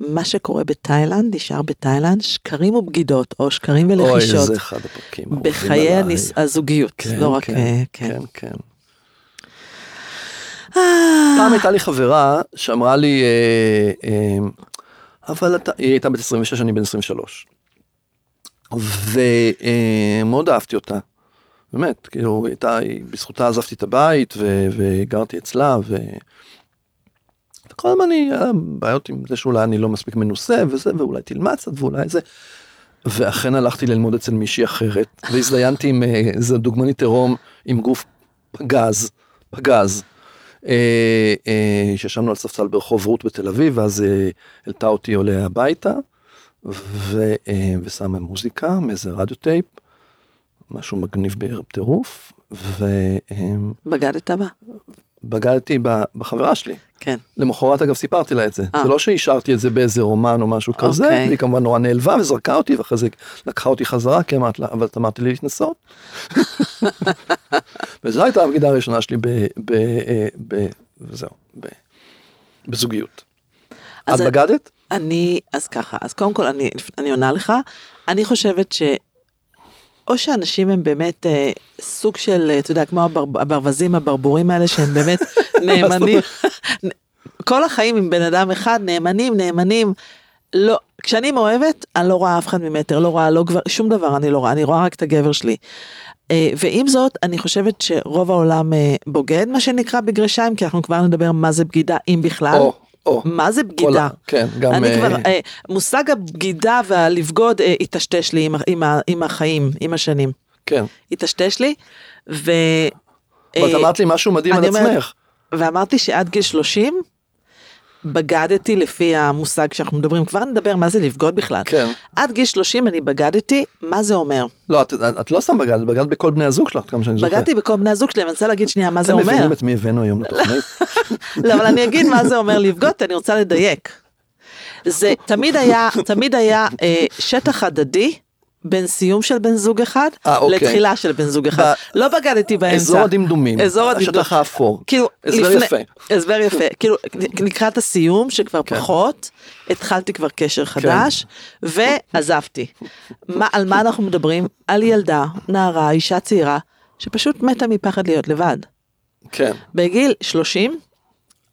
מה שקורה בתאילנד נשאר בתאילנד שקרים ובגידות או שקרים אוי, ולחישות זה אחד הפרקים. האהובים בחיי עליי. הניס- הזוגיות, כן, לא רק... אה, כן. כן, כן. אה, פעם הייתה לי חברה שאמרה לי, אה, אה, אבל אתה, היא הייתה בת 26, אני בן 23. ומאוד אהבתי אותה. באמת, כאילו, היא הייתה, היא- בזכותה עזבתי את הבית ו, וגרתי אצלה, ו... וכל הזמן היא, היה בעיות עם זה שאולי אני לא מספיק מנוסה וזה, ואולי תלמד קצת ואולי זה. ואכן הלכתי ללמוד אצל מישהי אחרת, והזדיינתי עם אה, איזה דוגמנית עירום עם גוף פגז, פגז. אה, אה, שישבנו על ספסל ברחוב רות בתל אביב, ואז אה, העלתה אותי עולה הביתה, ו, אה, ושמה מוזיקה מאיזה רדיו טייפ, משהו מגניב בערב טירוף, ובגדתי בגדת בה? ב- בחברה שלי. כן. למחרת אגב סיפרתי לה את זה, אה. זה לא שהשארתי את זה באיזה רומן או משהו כזה, אוקיי. והיא כמובן נורא נעלבה וזרקה אותי ואחרי זה לקחה אותי חזרה כי אמרת לה, אבל את אמרת לי להתנסות. וזו הייתה הבגידה הראשונה שלי ב... ב, אה, ב וזהו, ב, בזוגיות. את אז אני- בגדת? אני, אז ככה, אז קודם כל אני, אני עונה לך, אני חושבת ש... או שאנשים הם באמת אה, סוג של, אה, אתה יודע, כמו הבר, הברווזים, הברבורים האלה, שהם באמת נאמנים, כל החיים עם בן אדם אחד, נאמנים, נאמנים. לא, כשאני מאוהבת, אני לא רואה אף אחד ממטר, לא רואה, לא גבר, שום דבר אני לא רואה, אני רואה רק את הגבר שלי. אה, ועם זאת, אני חושבת שרוב העולם אה, בוגד, מה שנקרא, בגרשיים, כי אנחנו כבר נדבר מה זה בגידה, אם בכלל. או, או. אה? מה זה כל בגידה? ה- כן, גם... אני אה, כבר, אה, מושג הבגידה והלבגוד אה, היטשטש לי עם, ה- עם, ה- עם החיים, עם השנים. כן. היטשטש לי, ו... אבל את אה, אמרת לי משהו מדהים על אני אומרת- עצמך. ואמרתי שעד גיל 30 בגדתי לפי המושג שאנחנו מדברים, כבר נדבר מה זה לבגוד בכלל. כן. עד גיל 30 אני בגדתי, מה זה אומר? לא, את- את- את לא סתם בגדת, בגדת בכל בני הזוג שלך, כמה שאני זוכר. בגדתי בכל בני הזוג שלי, אני רוצה להגיד שנייה מה זה אתם אומר. מבינים את מי הבאנו היום לתוכנית? לא, אבל אני אגיד מה זה אומר לבגוד, כי אני רוצה לדייק. זה תמיד היה, תמיד היה אה, שטח הדדי בין סיום של בן זוג אחד אה, אוקיי. לתחילה של בן זוג אחד. לא בגדתי באמצע. אזור הדמדומים, אזור הדמדומים. השטח האפור. כאילו, הסבר לפני- יפה. כן. הסבר יפה. כאילו, לקראת הסיום, שכבר פחות, התחלתי כבר קשר חדש, ועזבתי. מה- על מה אנחנו מדברים? על ילדה, נערה, אישה צעירה, שפשוט מתה מפחד להיות לבד. כן. בגיל 30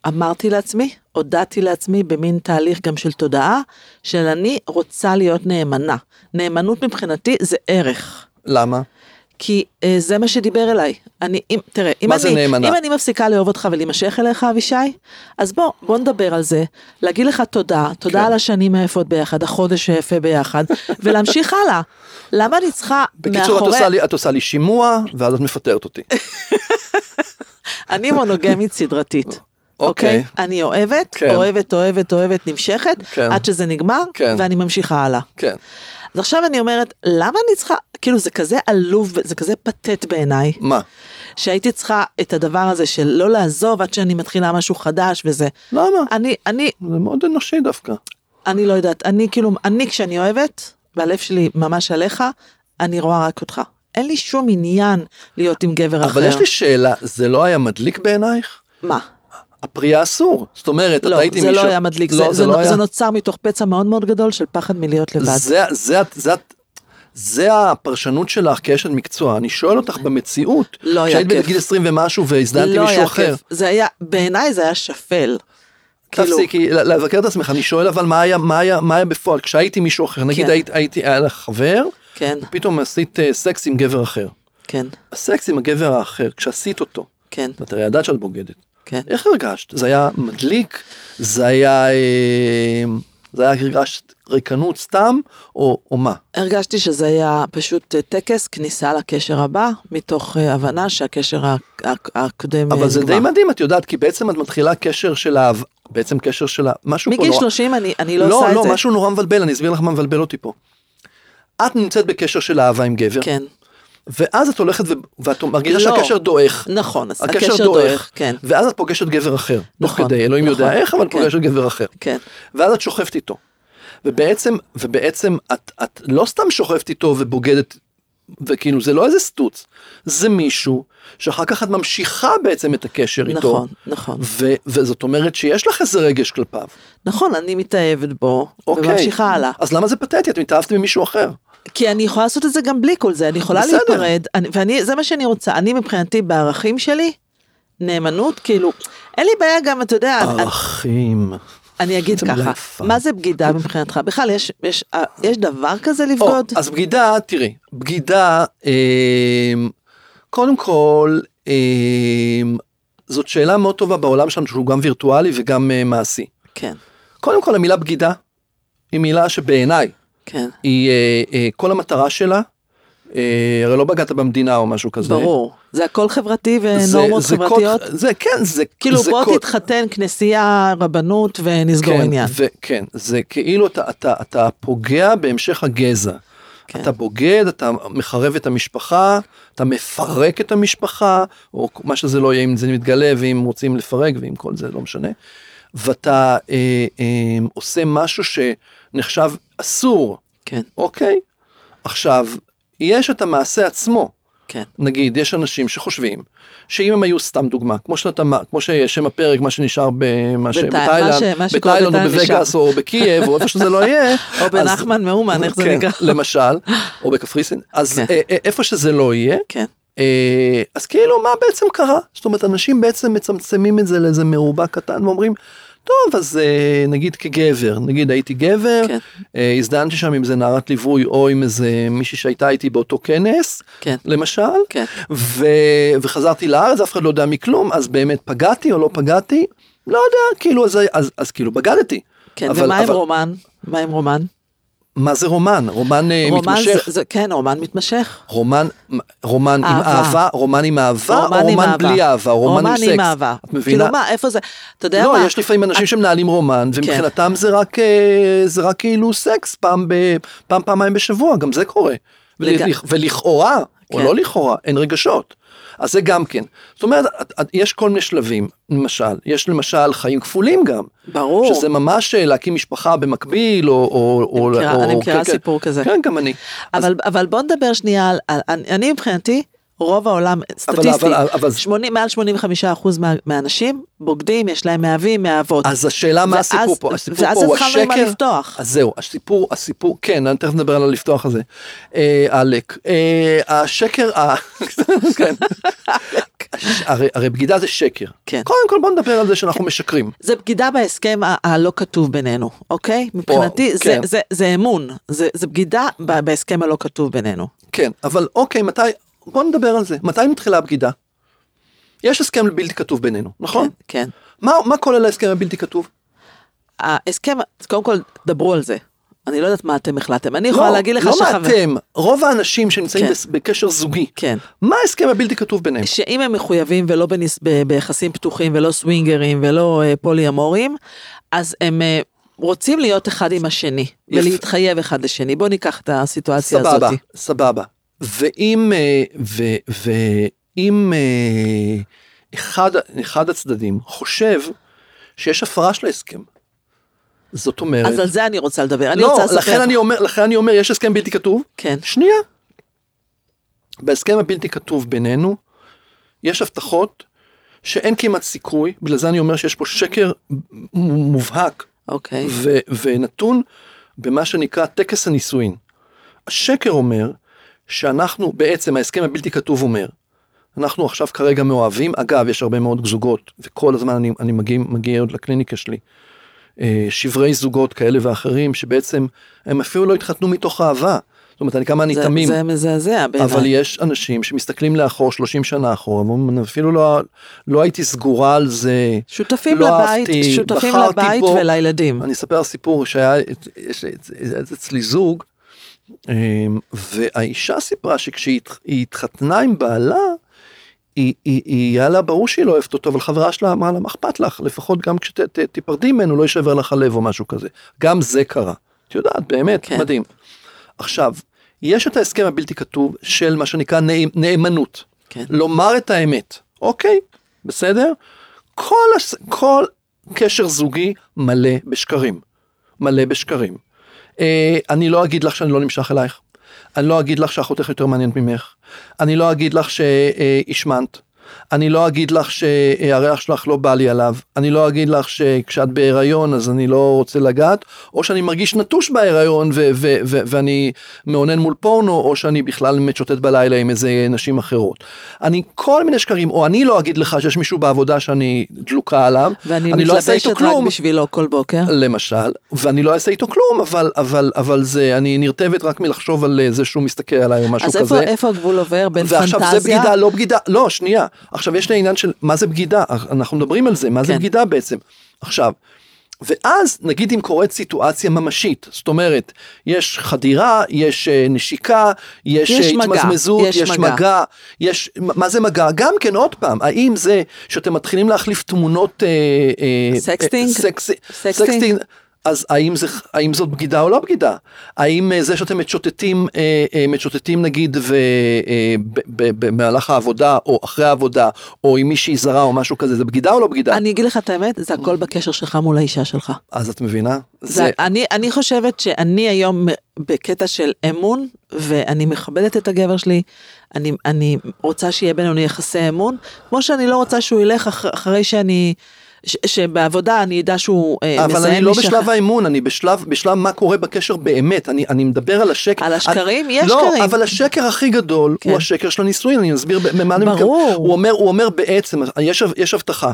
אמרתי לעצמי, הודעתי לעצמי במין תהליך גם של תודעה, של אני רוצה להיות נאמנה. נאמנות מבחינתי זה ערך. למה? כי אה, זה מה שדיבר אליי. אני, אם, תראה, אם מה זה אני, נאמנה? אם אני מפסיקה לאהוב אותך ולהימשך אליך, אבישי, אז בוא, בוא נדבר על זה, להגיד לך תודה, תודה כן. על השנים היפות ביחד, החודש היפה ביחד, ולהמשיך הלאה. למה אני צריכה בקיצור, את מאחורי... עושה לי- את עושה לי שימוע, ואז את מפטרת אותי. אני מונוגמית סדרתית. אוקיי. אוקיי? אני אוהבת, כן. אוהבת, אוהבת, אוהבת, נמשכת, כן. עד שזה נגמר, כן. ואני ממשיכה הלאה. כן. אז עכשיו אני אומרת, למה אני צריכה, כאילו זה כזה עלוב, זה כזה פתט בעיניי, מה? שהייתי צריכה את הדבר הזה של לא לעזוב עד שאני מתחילה משהו חדש וזה. למה? אני, אני, זה מאוד אנושי דווקא. אני לא יודעת, אני כאילו, אני כשאני אוהבת, והלב שלי ממש עליך, אני רואה רק אותך. אין לי שום עניין להיות עם גבר אחר. אבל יש לי שאלה, זה לא היה מדליק בעינייך? מה? הפרי אסור. זאת אומרת, את לא, היית עם זה מישהו... לא היה מדליק, זה, זה, נו- זה נוצר מתוך פצע מאוד מאוד גדול של פחד מלהיות לבד. זה- זה את- זה את- זה הפרשנות שלך כאשת מקצוע, אני שואל אותך במציאות, לא היה כשהיית כיף. בגיל 20 ומשהו והזדנתי לא מישהו היה אחר, כיף. זה היה, בעיניי זה היה שפל. כאילו, תפסיקי ל- לבקר את עצמך, אני שואל אבל מה היה, מה היה, מה היה בפועל, כשהייתי מישהו אחר, נגיד כן. היית, הייתי, היה לך חבר, כן, פתאום עשית אה, סקס עם גבר אחר. כן, הסקס עם הגבר האחר, כשעשית אותו, כן, ואת הרי ידעת שאת בוגדת, כן. איך הרגשת? זה היה מדליק? זה היה, אה, זה היה הרגשת ריקנות סתם, או, או אה, מה? הרגשתי שזה היה פשוט אה, טקס כניסה לקשר הבא, מתוך אה, הבנה שהקשר ה- ה- הקודם אה, אבל זה נגמר. די מדהים, את יודעת, כי בעצם את מתחילה קשר של אהבה, בעצם קשר של ה- משהו פה מגיל נורא... 30 אני, אני לא, לא, עושה לא, את זה. משהו נורא מבלבל, אני אסביר לך מה מבלבל אותי פה. את נמצאת בקשר של אהבה עם גבר, כן, ואז את הולכת ו- ואת מרגישה לא. שהקשר דועך. נכון, אז הקשר דועך, כן, ואז את פוגשת גבר אחר, תוך נכון, כדי, אלוהים יודע נכון, איך, אבל את כן. פוגשת גבר אחר. כן, ואז את שוכבת איתו. ובעצם, ובעצם את, את לא סתם שוכבת איתו ובוגדת וכאילו זה לא איזה סטוץ, זה מישהו שאחר כך את ממשיכה בעצם את הקשר איתו. נכון, נכון. ו- וזאת אומרת שיש לך איזה רגש כלפיו. נכון, אני מתאהבת בו, אוקיי. וממשיכה הלאה. אז למה זה פתטי? את מתאהבת ממישהו אחר. כי אני יכולה לעשות את זה גם בלי כל זה, אני יכולה בסדר. להיפרד, אני, ואני, זה מה שאני רוצה, אני מבחינתי בערכים שלי, נאמנות, כאילו, אין לי בעיה גם, אתה יודע, אה, אני, ערכים. אני אגיד זה מילה ככה, יפה. מה זה בגידה מבחינתך? בכלל, יש, יש, אה, יש דבר כזה או, לבגוד? אז בגידה, תראי, בגידה, אמ, קודם כל, אמ, זאת שאלה מאוד טובה בעולם שלנו שהוא גם וירטואלי וגם אה, מעשי. כן, קודם כל המילה בגידה היא מילה שבעיניי כן, היא אה, אה, כל המטרה שלה, אה, הרי לא בגדת במדינה או משהו כזה. ברור. זה הכל חברתי זה- ונורמות זה כל- חברתיות? זה כן, זה כאילו זה בוא כל- תתחתן, כנסייה, רבנות, ונסגור כן, עניין. ו- כן, זה כאילו אתה, אתה, אתה פוגע בהמשך הגזע. כן. אתה בוגד, אתה מחרב את המשפחה, אתה מפרק את המשפחה, או מה שזה לא יהיה, אם זה מתגלה ואם רוצים לפרק ואם כל זה, לא משנה. ואתה אה, אה, עושה משהו שנחשב אסור, כן, אוקיי? עכשיו, יש את המעשה עצמו. כן, נגיד יש אנשים שחושבים שאם הם היו סתם דוגמה כמו שאתה מה כמו ששם הפרק מה שנשאר במה ש- בתאי- מה בתאילנד ש- מה שקורה בתאילנד או בתאילנד בווגאס נשאר. או בקייב או איפה שזה לא יהיה. או אז- בנחמן מאומן, איך זה כן, נקרא? למשל או בקפריסין אז כן. אה, אה, איפה שזה לא יהיה כן, אה, אז כאילו מה בעצם קרה זאת אומרת אנשים בעצם מצמצמים את זה לאיזה מרובע קטן ואומרים. טוב אז אה, נגיד כגבר נגיד הייתי גבר כן. אה, הזדהנתי שם עם איזה נערת ליווי או עם איזה מישהי שהייתה איתי באותו כנס כן, למשל כן. ו... וחזרתי לארץ אף אחד לא יודע מכלום אז באמת פגעתי או לא פגעתי לא יודע כאילו אז, אז, אז כאילו בגדתי. כן, אבל- ומה עם אבל- רומן? מה עם רומן? מה זה רומן רומן, אה, רומן מתמשך זה, זה, כן, רומן מתמשך. רומן רומן עם אהבה. אהבה רומן עם אהבה רומן או עם אה, רומן אהבה. בלי אהבה רומן עם סקס. עם אהבה. את מבינה? כאילו מה, איפה זה? אתה יודע לא, מה? כן. יש לפעמים אנשים שמנהלים רומן, ומבחינתם זה רק אה, זה רק כאילו סקס פעם ב- פעם פעמיים בשבוע, גם זה קורה. לג- ולכ- ולכאורה, או כן. לא לכאורה, אין רגשות. אז זה גם כן. זאת אומרת, את- את- יש כל מיני שלבים, למשל, יש למשל חיים כפולים גם, ברור. שזה ממש אה, להקים משפחה במקביל, או... או- או- מכירה- או- אני מכירה כן, כן. סיפור כזה. כן, גם אני. אז- אבל, אבל בוא נדבר שנייה על, על אני, אני מבחינתי, רוב העולם, סטטיסטית, אבל- אבל- 80, מעל 85% מה, מהאנשים בוגדים, יש להם מאהבים, מאהבות. אז השאלה מה ואז- הסיפור פה, הסיפור ואז פה הוא התחלנו עם השקר, הלפתוח. אז זהו, הסיפור, הסיפור, כן, אני תכף נדבר על הלפתוח הזה, אה, עלק, אה, השקר, ה- כן. הש- הרי- הרי בגידה זה שקר, כן. קודם כל בוא נדבר על זה שאנחנו משקרים, זה בגידה בהסכם ה- הלא כתוב בינינו, אוקיי? מבחינתי זה, כן. זה, זה אמון, זה, זה בגידה ב- בהסכם הלא כתוב בינינו. כן, אבל אוקיי, מתי, בוא נדבר על זה, מתי מתחילה הבגידה? יש הסכם בלתי כתוב בינינו, נכון? כן. מה מה כולל ההסכם הבלתי כתוב? ההסכם, אז קודם כל, דברו על זה. אני לא יודעת מה אתם החלטתם. אני יכולה להגיד לך לא שחבר- מה אתם, רוב האנשים שנמצאים כן. בס- בקשר זוגי, כן. מה ההסכם הבלתי כתוב ביניהם? שאם הם מחויבים ולא בניס, ב, ביחסים פתוחים ולא סווינגרים ולא אה, פולי אמורים, אז הם אה, רוצים להיות אחד עם השני יפה. ולהתחייב אחד לשני. בואו ניקח את הסיטואציה סבבה, הזאת. סבבה. ואם, אה, ו, ואם אה, אחד, אחד הצדדים חושב שיש הפרה של ההסכם, זאת אומרת, אז על זה אני רוצה לדבר. אני אה, לא, רוצה לספר לכן לך- אני, אומר, לכן אני אומר, יש הסכם בלתי כתוב? כן, שנייה. בהסכם הבלתי כתוב בינינו, יש הבטחות שאין כמעט סיכוי, בגלל זה אני אומר שיש פה שקר מ- מובהק אוקיי. ו- ונתון במה שנקרא טקס הנישואין. השקר אומר שאנחנו בעצם ההסכם הבלתי כתוב אומר אנחנו עכשיו כרגע מאוהבים אגב יש הרבה מאוד זוגות וכל הזמן אני, אני מגיע, מגיע עוד לקליניקה שלי. אה, שברי זוגות כאלה ואחרים שבעצם הם אפילו לא התחתנו מתוך אהבה. זאת אומרת אני כמה אני זה, תמים. זה מזעזע אבל בעיניי. יש אנשים שמסתכלים לאחור 30 שנה אחורה ואומרים אפילו לא, לא הייתי סגורה על זה שותפים לא לבית, אהבתי, שותפים בחרתי לבית בו. ולילדים. אני אספר סיפור שהיה את- יש- את- אצלי זוג, אמ, והאישה סיפרה שכשהיא הת- היא התחתנה עם בעלה, היא, היא, היא, היה לה ברור שהיא לא אוהבת אותו, אבל חברה שלה אמרה לה, מה אכפת לך? לפחות גם כשתיפרדי ממנו לא יישבר לך הלב או משהו כזה. גם זה קרה. את יודעת, באמת, כן. כן. מדהים. עכשיו, יש את ההסכם הבלתי כתוב של מה שנקרא נאמ- נאמנות. כן. לומר את האמת, אוקיי? בסדר? כל, הס... כל קשר זוגי מלא בשקרים. מלא בשקרים. אה, אני לא אגיד לך שאני לא נמשך אלייך. אני לא אגיד לך שאחותך יותר מעניינת ממך. אני לא אגיד לך שהשמנת. אני לא אגיד לך שהריח שלך לא בא לי עליו. אני לא אגיד לך שכשאת בהיריון אז אני לא רוצה לגעת, או שאני מרגיש נטוש בהיריון ו- ו- ו- ואני מאונן מול פורנו, או שאני בכלל מצ'וטט בלילה עם איזה נשים אחרות. אני כל מיני שקרים, או אני לא אגיד לך שיש מישהו בעבודה שאני דלוקה עליו. ואני אני לא אעשה מתלבשת איתו רק כלום. בשבילו כל בוקר. למשל, ואני לא אעשה איתו כלום, אבל, אבל, אבל זה, אני נרטבת רק מלחשוב על אה, זה שהוא מסתכל עליי או משהו אז כזה. איפה, איפה הגבול עובר בין ועכשיו פנטזיה? זה בגידה, לא בגידה, לא, שנייה. עכשיו יש לי עניין של מה זה בגידה, אנחנו מדברים על זה, מה זה כן. בגידה בעצם. עכשיו, ואז נגיד אם קורית סיטואציה ממשית, זאת אומרת, יש חדירה, יש אה, נשיקה, יש, יש אה, מגע, התמזמזות, יש יש מגע. מגע, יש, מה זה מגע? גם כן, עוד פעם, האם זה שאתם מתחילים להחליף תמונות... אה, אה, סקסטינג? אה, סקסי- סקסטינג? סקסטינג. אז האם, זה, האם זאת בגידה או לא בגידה? האם אה, זה שאתם מצ'וטטים, אה, אה, מצ'וטטים נגיד ו, אה, ב, ב, במהלך העבודה או אחרי העבודה או עם מישהי זרה או משהו כזה, זה בגידה או לא בגידה? אני... אני אגיד לך את האמת, זה הכל בקשר שלך מול האישה שלך. אז את מבינה? זה, אה, אני, אני חושבת שאני היום בקטע של אמון, ואני מכבדת את הגבר שלי, אני, אני רוצה שיהיה בינינו יחסי אמון, כמו שאני לא רוצה שהוא ילך אח, אחרי שאני, ש, שבעבודה אני אדע שהוא אה, מזהם אבל אני לא מישהו בשלב אחר. האמון, אני בשלב, בשלב מה קורה בקשר באמת, אני, אני מדבר על השקר. על השקרים? אני, יש לא, שקרים. לא, אבל השקר הכי גדול כן. הוא השקר של הנישואין, אני אסביר במה אני מתכוון. ברור. הוא אומר, הוא אומר בעצם, יש, יש הבטחה.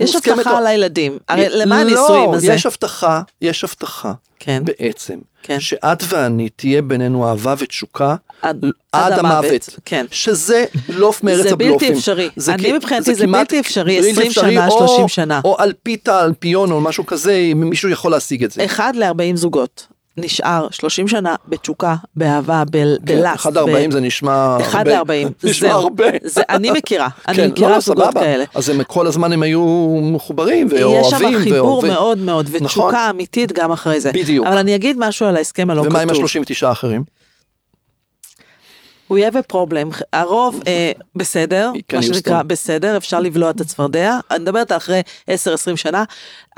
יש מוסכמת הבטחה או- על הילדים, הרי למה לא, הנישואים הזה? יש הבטחה, יש הבטחה כן, בעצם, כן. שאת ואני תהיה בינינו אהבה ותשוקה עד- עד, עד המוות, המוות, כן. שזה בלוף מארץ זה בלתי הבלופים. אפשרי. אני כי- מבחינתי זה כמעט בלתי אפשרי, בלתי 20 אפשרי, שנה, או- 30 שנה. או על פיתה, על פיון או משהו כזה, אם מישהו יכול להשיג את זה. אחד ל-40 זוגות. נשאר 30 שנה בתשוקה, באהבה, ב- כן, בלאסט. ב- אחד ל-40 זה נשמע אחד הרבה. ל-40. נשמע זהו. הרבה. זה- אני מכירה, אני כן, מכירה לא, לא, זוגות סבבה. כאלה. אז הם כל הזמן הם היו מחוברים ואוהבים. יש שם חיבור אה, ואוהבים. מאוד מאוד, ותשוקה נכון. אמיתית גם אחרי זה. בדיוק. אבל אני אגיד משהו על ההסכם הלא ומה עם כתוב. ה-39 האחרים? We have a problem. הרוב אה, בסדר, can מה use שנקרא them. בסדר, אפשר לבלוע את הצפרדע. אני מדברת על אחרי 10-20 שנה.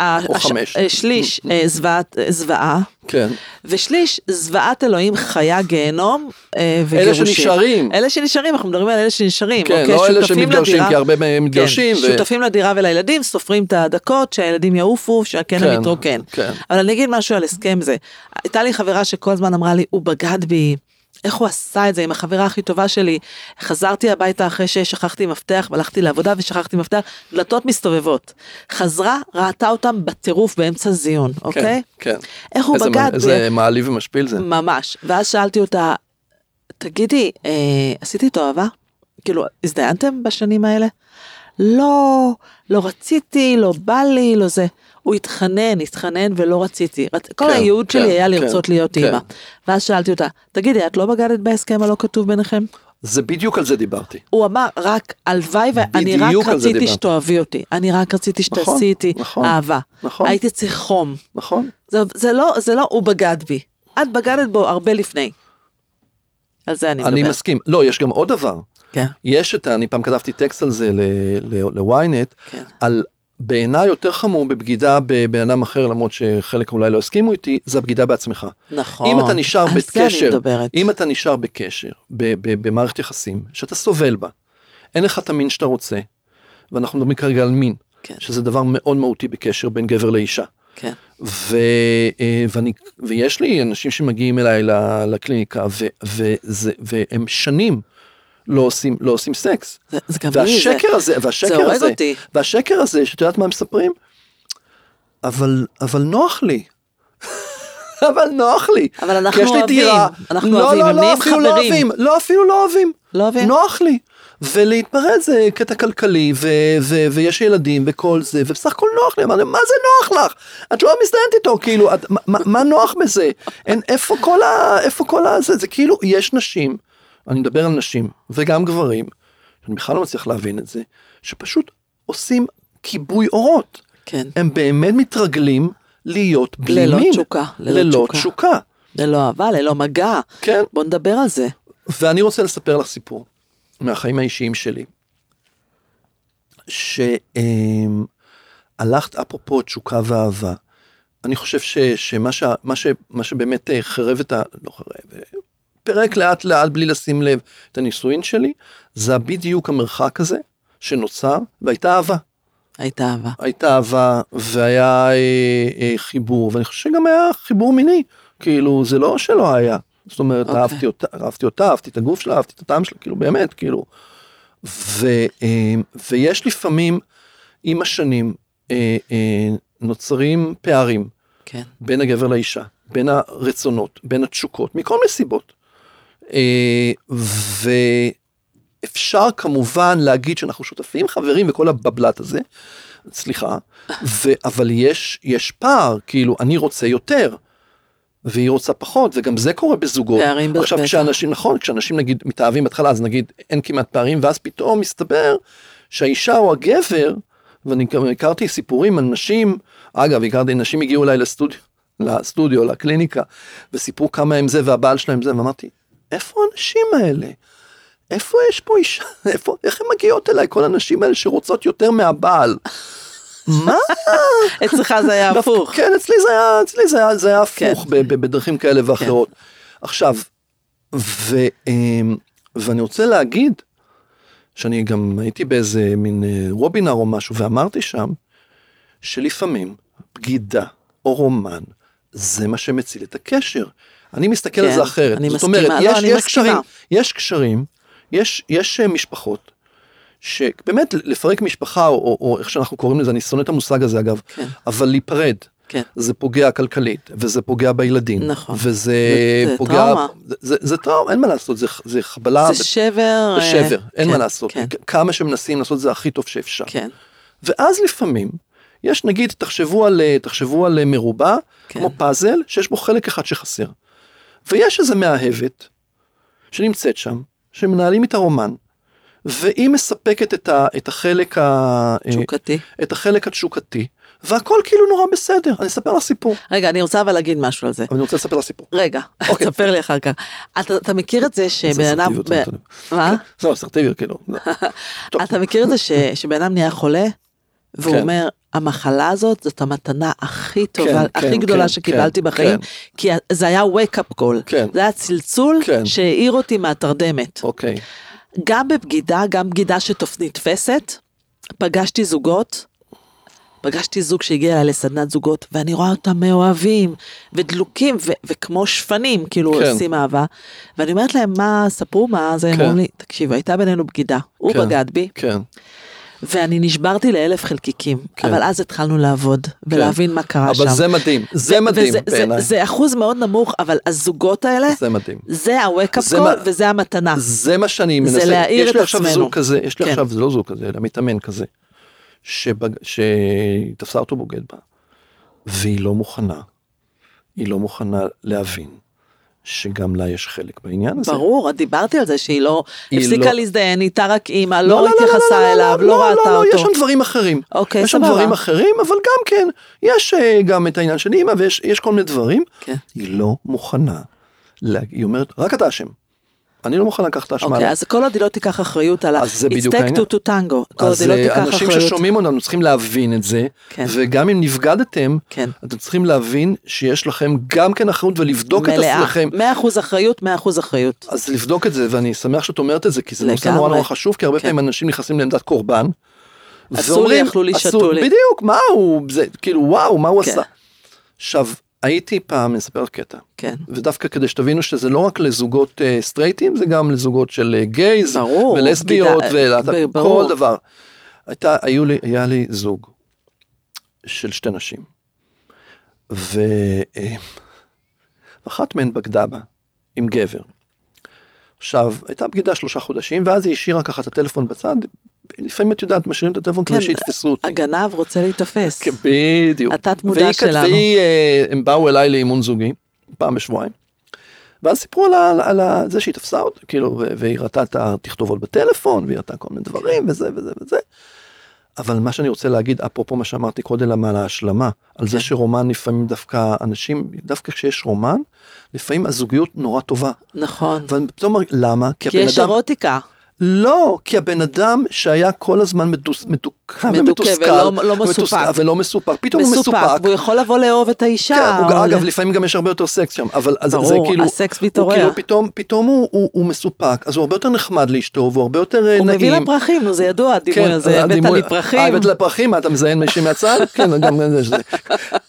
או חמש. Mm, שליש אה, זוועת- אה, זוועה, כן. ושליש זוועת אלוהים חיה גיהנום אה, וגירושים. אלה שנשארים. אלה שנשארים, אנחנו מדברים על אלה שנשארים. כן, אוקיי? לא אלה שותפים שמתגרשים, לדירה. כי הרבה מהם מתגרשים. כן, ו- שותפים לדירה ולילדים, סופרים את הדקות, שהילדים יעופו, שהקנר כן, יתרוקן. כן. אבל אני אגיד משהו על הסכם זה. הייתה לי חברה שכל הזמן אמרה לי, הוא בגד בי. איך הוא עשה את זה עם החברה הכי טובה שלי? חזרתי הביתה אחרי ששכחתי מפתח, והלכתי לעבודה ושכחתי מפתח, דלתות מסתובבות. חזרה, ראתה אותם בטירוף באמצע זיון, אוקיי? כן. איך הוא איזה בגד מ- איזה מעליב ומשפיל זה. ממש. ואז שאלתי אותה, תגידי, אה, עשית איתו אהבה? כאילו, הזדיינתם בשנים האלה? לא, לא רציתי, לא בא לי, לא זה. הוא התחנן, התחנן ולא רציתי. רצ... כל כן, הייעוד כן, שלי היה כן, לרצות להיות כן. אימא. ואז שאלתי אותה, תגידי, את לא בגדת בהסכם הלא כתוב ביניכם? זה בדיוק על זה דיברתי. הוא אמר, רק, הלוואי ואני רק בדיוק על זה רציתי דיברתי. שתאהבי אותי. אני רק רציתי נכון, שתעשי איתי נכון, אהבה. נכון. הייתי צריך חום. נכון. זה, זה, לא, זה לא הוא בגד בי, את בגדת בו הרבה לפני. על זה אני אני מדברת. מסכים. לא, יש גם עוד דבר. כן. יש את ה... אני פעם כתבתי טקסט על זה ל-ynet, כן. על בעיניי יותר חמור בבגידה בבן אדם אחר, למרות שחלק אולי לא הסכימו איתי, זה הבגידה בעצמך. נכון. אם אתה נשאר על זה אני בקשר, מדברת. אם אתה נשאר בקשר, ב- ב- במערכת יחסים, שאתה סובל בה, אין לך את המין שאתה רוצה, ואנחנו מדברים כרגע על מין, כן. שזה דבר מאוד מהותי בקשר בין גבר לאישה. כן. ו, אה, ואני, ויש לי אנשים שמגיעים אליי ל- לקליניקה ו, וזה, והם שנים לא עושים, לא עושים סקס. זה, זה גם לי, זה, והשקר הזה, והשקר זה הורג הזה, אותי. והשקר הזה, שאת יודעת מה הם מספרים? אבל, אבל נוח לי. אבל נוח לי. אבל אנחנו כי יש לי אוהבים, דירה. אנחנו לא, אוהבים, לא, הם לא, נהיים אפילו לא חברים. אוהבים, לא, אפילו לא אוהבים. לא אוהבים? נוח לי. ולהתפרד זה קטע כלכלי, ו- ו- ויש ילדים וכל זה, ובסך הכל נוח לי, אמרתי, מה זה נוח לך? את לא מזדיינת איתו, כאילו, את, מה, מה- מה נוח בזה? אין, איפה כל ה... איפה כל ה... זה, זה כאילו, יש נשים, אני מדבר על נשים, וגם גברים, אני בכלל לא מצליח להבין את זה, שפשוט עושים כיבוי אורות. כן, הם באמת מתרגלים להיות בלימים. ללא תשוקה, ללא ללא תשוקה. תשוקה. ללא לא אהבה, ללא מגע. כן. בוא נדבר על זה. ואני רוצה לספר לך סיפור מהחיים האישיים שלי. שהלכת אפרופו תשוקה ואהבה, אני חושב ש, שמה ש, מה ש, מה שבאמת אה, חרב את ה... לא חרב, אה, פירק לאט לאט בלי לשים לב את הנישואין שלי, זה בדיוק המרחק הזה שנוצר, והייתה אהבה. הייתה אהבה. הייתה אהבה והיה אה, אה, חיבור, ואני חושב שגם היה חיבור מיני, כאילו זה לא שלא היה. זאת אומרת, אוקיי. אהבתי אותה, אהבתי אותה, אהבתי את הגוף שלה, אהבתי את הטעם שלה, כאילו באמת, כאילו. ו, אה, ויש לפעמים, עם השנים, אה, אה, נוצרים פערים כן. בין הגבר לאישה, בין הרצונות, בין התשוקות, מכל מיני סיבות. אה, ואפשר כמובן להגיד שאנחנו שותפים, חברים וכל הבבלת הזה, סליחה, ו, אבל יש, יש פער, כאילו אני רוצה יותר. והיא רוצה פחות וגם זה קורה בזוגות. פערים ב- עכשיו בטח. כשאנשים נכון כשאנשים נגיד מתאהבים בהתחלה אז נגיד אין כמעט פערים ואז פתאום מסתבר שהאישה או הגבר ואני גם הכרתי סיפורים על נשים אגב הכרתי נשים הגיעו אליי לסטודיו לסטודיו לקליניקה וסיפרו כמה הם זה והבעל שלהם זה ואמרתי איפה האנשים האלה. איפה יש פה אישה, איפה, איך הן מגיעות אליי, כל הנשים האלה שרוצות יותר מהבעל? מה? אצלך זה היה דווקא- הפוך. כן, אצלי זה היה, אצלי זה היה, זה היה כן. הפוך ב- ב- בדרכים כאלה ואחרות. עכשיו, ו, אמ, ואני רוצה להגיד, שאני גם הייתי באיזה מין אה, וובינר או משהו, ואמרתי שם, שלפעמים בגידה או רומן, זה מה שמציל את הקשר. אני מסתכל כן, על זה אחרת. אני זאת מסכימה. אומרת, לא, יש, אני יש מסכימה. קשרים, יש קשרים, יש, יש אה, משפחות, שבאמת לפרק משפחה, או, או, או איך שאנחנו קוראים לזה, אני שונא את המושג הזה אגב, כן. אבל להיפרד, כן. זה פוגע כלכלית, וזה פוגע בילדים. נכון. וזה זה- זה פוגע... טראומה. זה, זה, זה טראומה, אין מה לעשות, זה, זה חבלה, זה שבר. זה אה, שבר, אין כן, מה לעשות. אה, כן, כ- כמה שמנסים לעשות זה הכי טוב שאפשר. כן. ואז לפעמים, יש נגיד, תחשבו על, אה, תחשבו על אה, מרובע, כן. כמו פאזל, שיש בו חלק אחד שחסר. ויש איזה מאהבת, שנמצאת שם, שמנהלים איתה רומן, והיא מספקת את, ה, את החלק ה... אה, תשוקתי. את החלק התשוקתי, והכל כאילו נורא בסדר. אני אספר לך סיפור, אבל רגע, אני רוצה אבל להגיד משהו על זה. אני רוצה לספר לך סיפור. רגע, אוקיי. תספר לי אחר כך. אתה אתה מכיר את זה זה שבן אדם... אסרטיביות, אה, ב- אתה יודע. מה? זה אסרטיביות, כאילו. לא. טוב. אתה מכיר את זה ש- שבן אדם נהיה חולה, והוא כן. אומר, המחלה הזאת זאת המתנה הכי טובה, כן, הכי כן, גדולה כן, שקיבלתי כן, בחיים, כן. כי זה היה wake up call. כן. זה היה צלצול כן. שהעיר אותי מהתרדמת. אוקיי, גם בבגידה, גם בגידה שנתפסת, פגשתי זוגות, פגשתי זוג שהגיע אליי לסדנת זוגות, ואני רואה אותם מאוהבים, ודלוקים, ו- וכמו שפנים, כאילו כן. כן. עושים אהבה. ואני אומרת להם, מה, ספרו מה, אז הם כן. אומרים לי, תקשיב, הייתה בינינו בגידה, הוא כן. בגד בי, כן. ואני נשברתי לאלף חלקיקים, כן. אבל אז התחלנו לעבוד, ולהבין מה קרה שם. אבל זה מדהים, זה ו- מדהים וזה- זה- בעיניי. זה אחוז מאוד נמוך, אבל הזוגות האלה, זה מדהים. זה ה-wake-up זה מה- call וזה המתנה. זה מה שאני זה מנסה. להעיר יש את לי עכשיו עצמנו. זוג כזה, יש לי כן. עכשיו, זה לא זוג כזה, אלא מתאמן כזה, שבג- שתפסה אותו בוגד בה, והיא לא מוכנה, היא לא מוכנה להבין שגם לה יש חלק בעניין הזה. ברור, את דיברתי על זה שהיא לא היא הפסיקה לא- להזדהן, הייתה רק אימא, לא התייחסה אליו, לא ראתה יש שם אותו. דברים אחרים. אוקיי, יש שם סבבה. דברים אחרים, אבל גם כן, יש אה, גם את העניין של אימא ויש יש כל מיני דברים. כן. היא לא מוכנה. לה- היא אומרת, רק אתה אשם. אני לא מוכן לקחת את האשמה. אוקיי, עליי." אז כל עוד היא לא תיקח אחריות על ה... אז זה בדיוק It's העניין. take two to tango. כל עוד אז היא לא אה, תיקח אנשים אחריות. ששומעים אותנו צריכים להבין את זה, כן. וגם אם נבגדתם, כן. אתם צריכים להבין שיש לכם גם כן אחריות ולבדוק את מלאה. עצמכם. 100% אחריות, 100% אחריות. אז לבדוק את זה, ואני שמח שאת אומרת את זה, כי זה נושא לגמרי. נורא נורא חשוב, כי הרבה כן. פעמים אנשים נכנסים לעמדת קורבן. עשו ואומרים, לי, אכלו לי, עשו- שתו לי. בדיוק, מה הוא, זה, כאילו, וואו, מה הוא כן. עשה. עכשיו, הייתי פעם, אני אספר לך קטע, כן. ודווקא כדי שתבינו שזה לא רק לזוגות אה, סטרייטים, זה גם לזוגות של אה, גייז, ברור, ולסביות, בגלל- ב- ברור. וכל דבר. הייתה, היו לי, היה לי זוג של שתי נשים, ו- אה, ואחת מהן בגדה בה, עם גבר. עכשיו, הייתה בגידה שלושה חודשים, ואז היא השאירה ככה את הטלפון בצד, לפעמים את יודעת, משאירים את הטלפון כן, כדי שיתפסו אותי. הגנב רוצה להיתפס. אוקיי. כן, בדיוק. התת-מודע והיא כת- שלנו. והיא, אה, הם באו אליי לאימון זוגי, פעם בשבועיים, ואז סיפרו על, ה- על, ה- על ה- זה שהיא תפסה אותה, כאילו, ו- והיא ראתה את התכתובות בטלפון, והיא ראתה כל מיני דברים, וזה וזה וזה. אבל מה שאני רוצה להגיד, אפרופו מה שאמרתי קודם על ההשלמה, על זה כן. שרומן לפעמים דווקא, אנשים, דווקא כשיש רומן, לפעמים הזוגיות נורא טובה. נכון. אבל פתאום, למה? כי כי הבן יש אדם- ארוטיקה. לא, כי הבן אדם שהיה כל הזמן מדוס- מתוקה מדוכא ומתוסכל, ולא- לא ומתוסכל מסופק. ולא מסופק, פתאום הוא מסופק, מסופק. והוא יכול לבוא לאהוב את האישה. כן, הוא, או אגב, ל- לפעמים גם יש הרבה יותר סקס שם, אבל אז זה ברור, כאילו, הסקס הוא מתעורר. כאילו פתאום, פתאום הוא, הוא, הוא מסופק, אז הוא הרבה יותר נחמד לאשתו, והוא הרבה יותר אה, הוא מביא לה נעים. פרחים, נו, זה ידוע, כן, הדימוי כן, הזה, הבאת הדימוי- לי פרחים. אה, הבאת לה פרחים, מה, אתה מזיין מישהי מהצד? כן, גם זה שזה.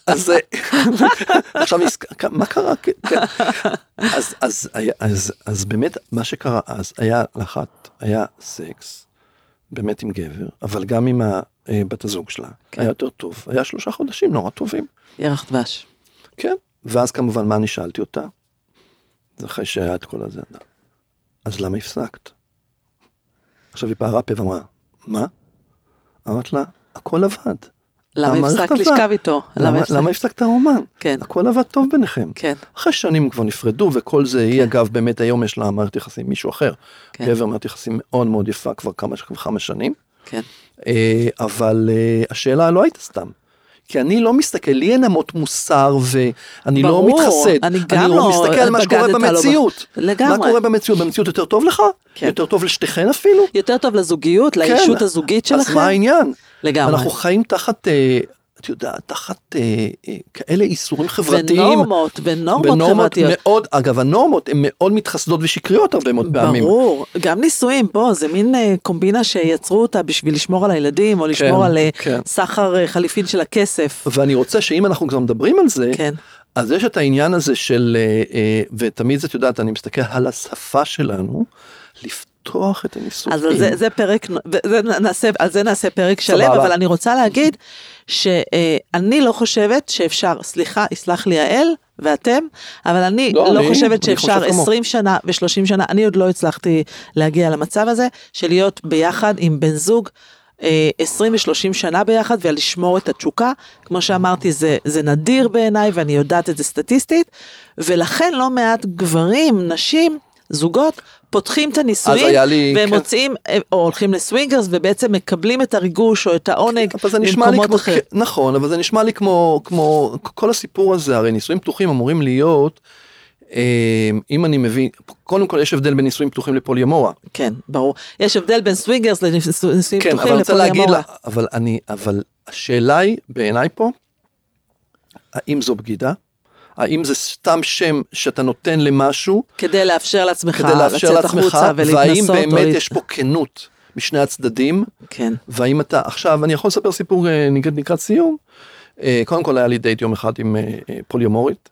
אז אה, עכשיו, נזכר- מה קרה? כן, כן. אז- אז היה- אז- אז באמת, מה שקרה אז, היה לאחת, היה סקס, באמת עם גבר, אבל גם עם ה- אה, בת הזוג שלה, כן. היה יותר טוב, היה שלושה חודשים נורא טובים. ירח דבש. כן. ואז כמובן, מה אני שאלתי אותה? זה אחרי שהיה את כל הזה. אז למה הפסקת? עכשיו היא פערה פה ואמרה, מה? אמרת לה, הכל עבד. למה המערכת הפסקת עבדה. לשכב איתו? למה, הפסקת? למה הפסקת האומן? כן, הכל עבד טוב ביניכם. כן, אחרי שנים הם כבר נפרדו וכל זה, היא אגב באמת היום יש לה מערכת יחסים עם מישהו אחר. כן. גבר מערכת יחסים מאוד מאוד יפה כבר כמה, כמה שנים. כן. אה, אבל אה, השאלה לא הייתה סתם. כי אני לא מסתכל, לי אין אמות מוסר ואני לא ברור, מתחסד. אני גם אני לא מסתכל על מה שקורה בגדת לו ב- במציאות. לגמרי. מה קורה במציאות? במציאות יותר טוב לך? כן. יותר טוב לשתיכן אפילו? כן. יותר טוב לזוגיות, לאישות הזוגית אז שלכם? מה העניין? לגמרי. אנחנו חיים תחת, אה, את יודעת, תחת אה, אה, כאלה איסורים חברתיים. ונורמות, ונורמות חברתיות. מאוד, אגב, הנורמות הן מאוד מתחסדות ושקריות הרבה מאוד פעמים. ברור, גם נישואים, בוא, זה מין אה, קומבינה שיצרו אותה בשביל לשמור על הילדים, או לשמור על אה, כן. סחר אה, חליפין של הכסף. ואני רוצה שאם אנחנו כבר מדברים על זה, כן, אז יש את העניין הזה של, אה, אה, ותמיד זה, את יודעת, אני מסתכל על השפה שלנו, לפתוח את הניסויים. אז על זה, זה פרק, נו- זה נעשה, על זה נעשה פרק שלם, סבבה. אבל אני רוצה להגיד שאני לא חושבת שאפשר, סליחה, יסלח לי האל ואתם, אבל אני לא, לא, אני- חושבת אני שאפשר חושב כמוך. 20 שנה ו-30 שנה, אני עוד לא הצלחתי להגיע למצב הזה של להיות ביחד עם בן זוג. אה, 20 ו-30 שנה ביחד ולשמור את התשוקה, כמו שאמרתי זה, זה נדיר בעיניי ואני יודעת את זה סטטיסטית, ולכן לא מעט גברים, נשים, זוגות, פותחים את הנישואים, היה לי- והם כן. מוצאים, או הולכים לסווינגרס, ובעצם מקבלים את הריגוש או את העונג כן, אבל זה נשמע לי ממקומות כמו, אחרים. כן, נכון, אבל זה נשמע לי כמו, כמו כל הסיפור הזה, הרי ניסויים פתוחים אמורים להיות, אה, אם אני מבין, קודם כל יש הבדל בין ניסויים פתוחים לפוליומורה. כן, ברור. יש הבדל בין סווינגרס לנישואים כן, אבל פתוחים אני רוצה להגיד לפוליאמוריה. לה, אבל אני, אבל השאלה היא, בעיניי פה, האם זו בגידה? האם זה סתם שם שאתה נותן למשהו? כדי לאפשר לעצמך כדי לאפשר לצאת לעצמך, החוצה והאם ולהתנסות. או באמת להת- יש פה כנות משני הצדדים, כן, והאם אתה, עכשיו אני יכול לספר סיפור אה, נגד- לקראת סיום, אה, קודם כל היה לי דייט יום אחד עם אה, אה, פוליומורית,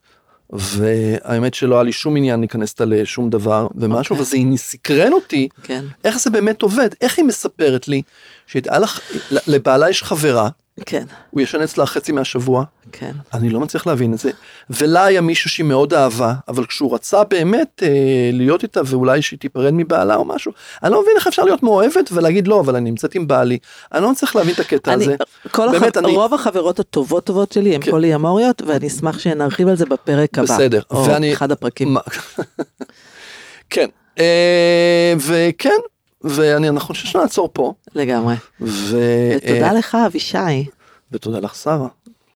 והאמת שלא היה לי שום עניין להיכנס איתה לשום דבר ומשהו, אוקיי. וזה סקרן אותי, כן, איך זה באמת עובד, איך היא מספרת לי, שהייתה לך, לבעלה יש חברה, כן, הוא ישן אצלה חצי מהשבוע, כן. אני לא מצליח להבין את זה. ולה היה מישהו שהיא מאוד אהבה, אבל כשהוא רצה באמת אה, להיות איתה ואולי שהיא תיפרד מבעלה או משהו, אני לא מבין איך אפשר להיות מאוהבת ולהגיד לא, אבל אני נמצאת עם בעלי. אני לא מצליח להבין את הקטע אני, הזה. כל באמת, החב... אני- רוב החברות הטובות טובות שלי הן כן. פוליאמוריות, ואני אשמח שנרחיב על זה בפרק הבא. בסדר, או ואני- אחד הפרקים. מה- כן, אה, וכן, ואני, אנחנו חושבים שנעצור פה. לגמרי. ו... ותודה אה, לך, אבישי. ותודה לך, שרה.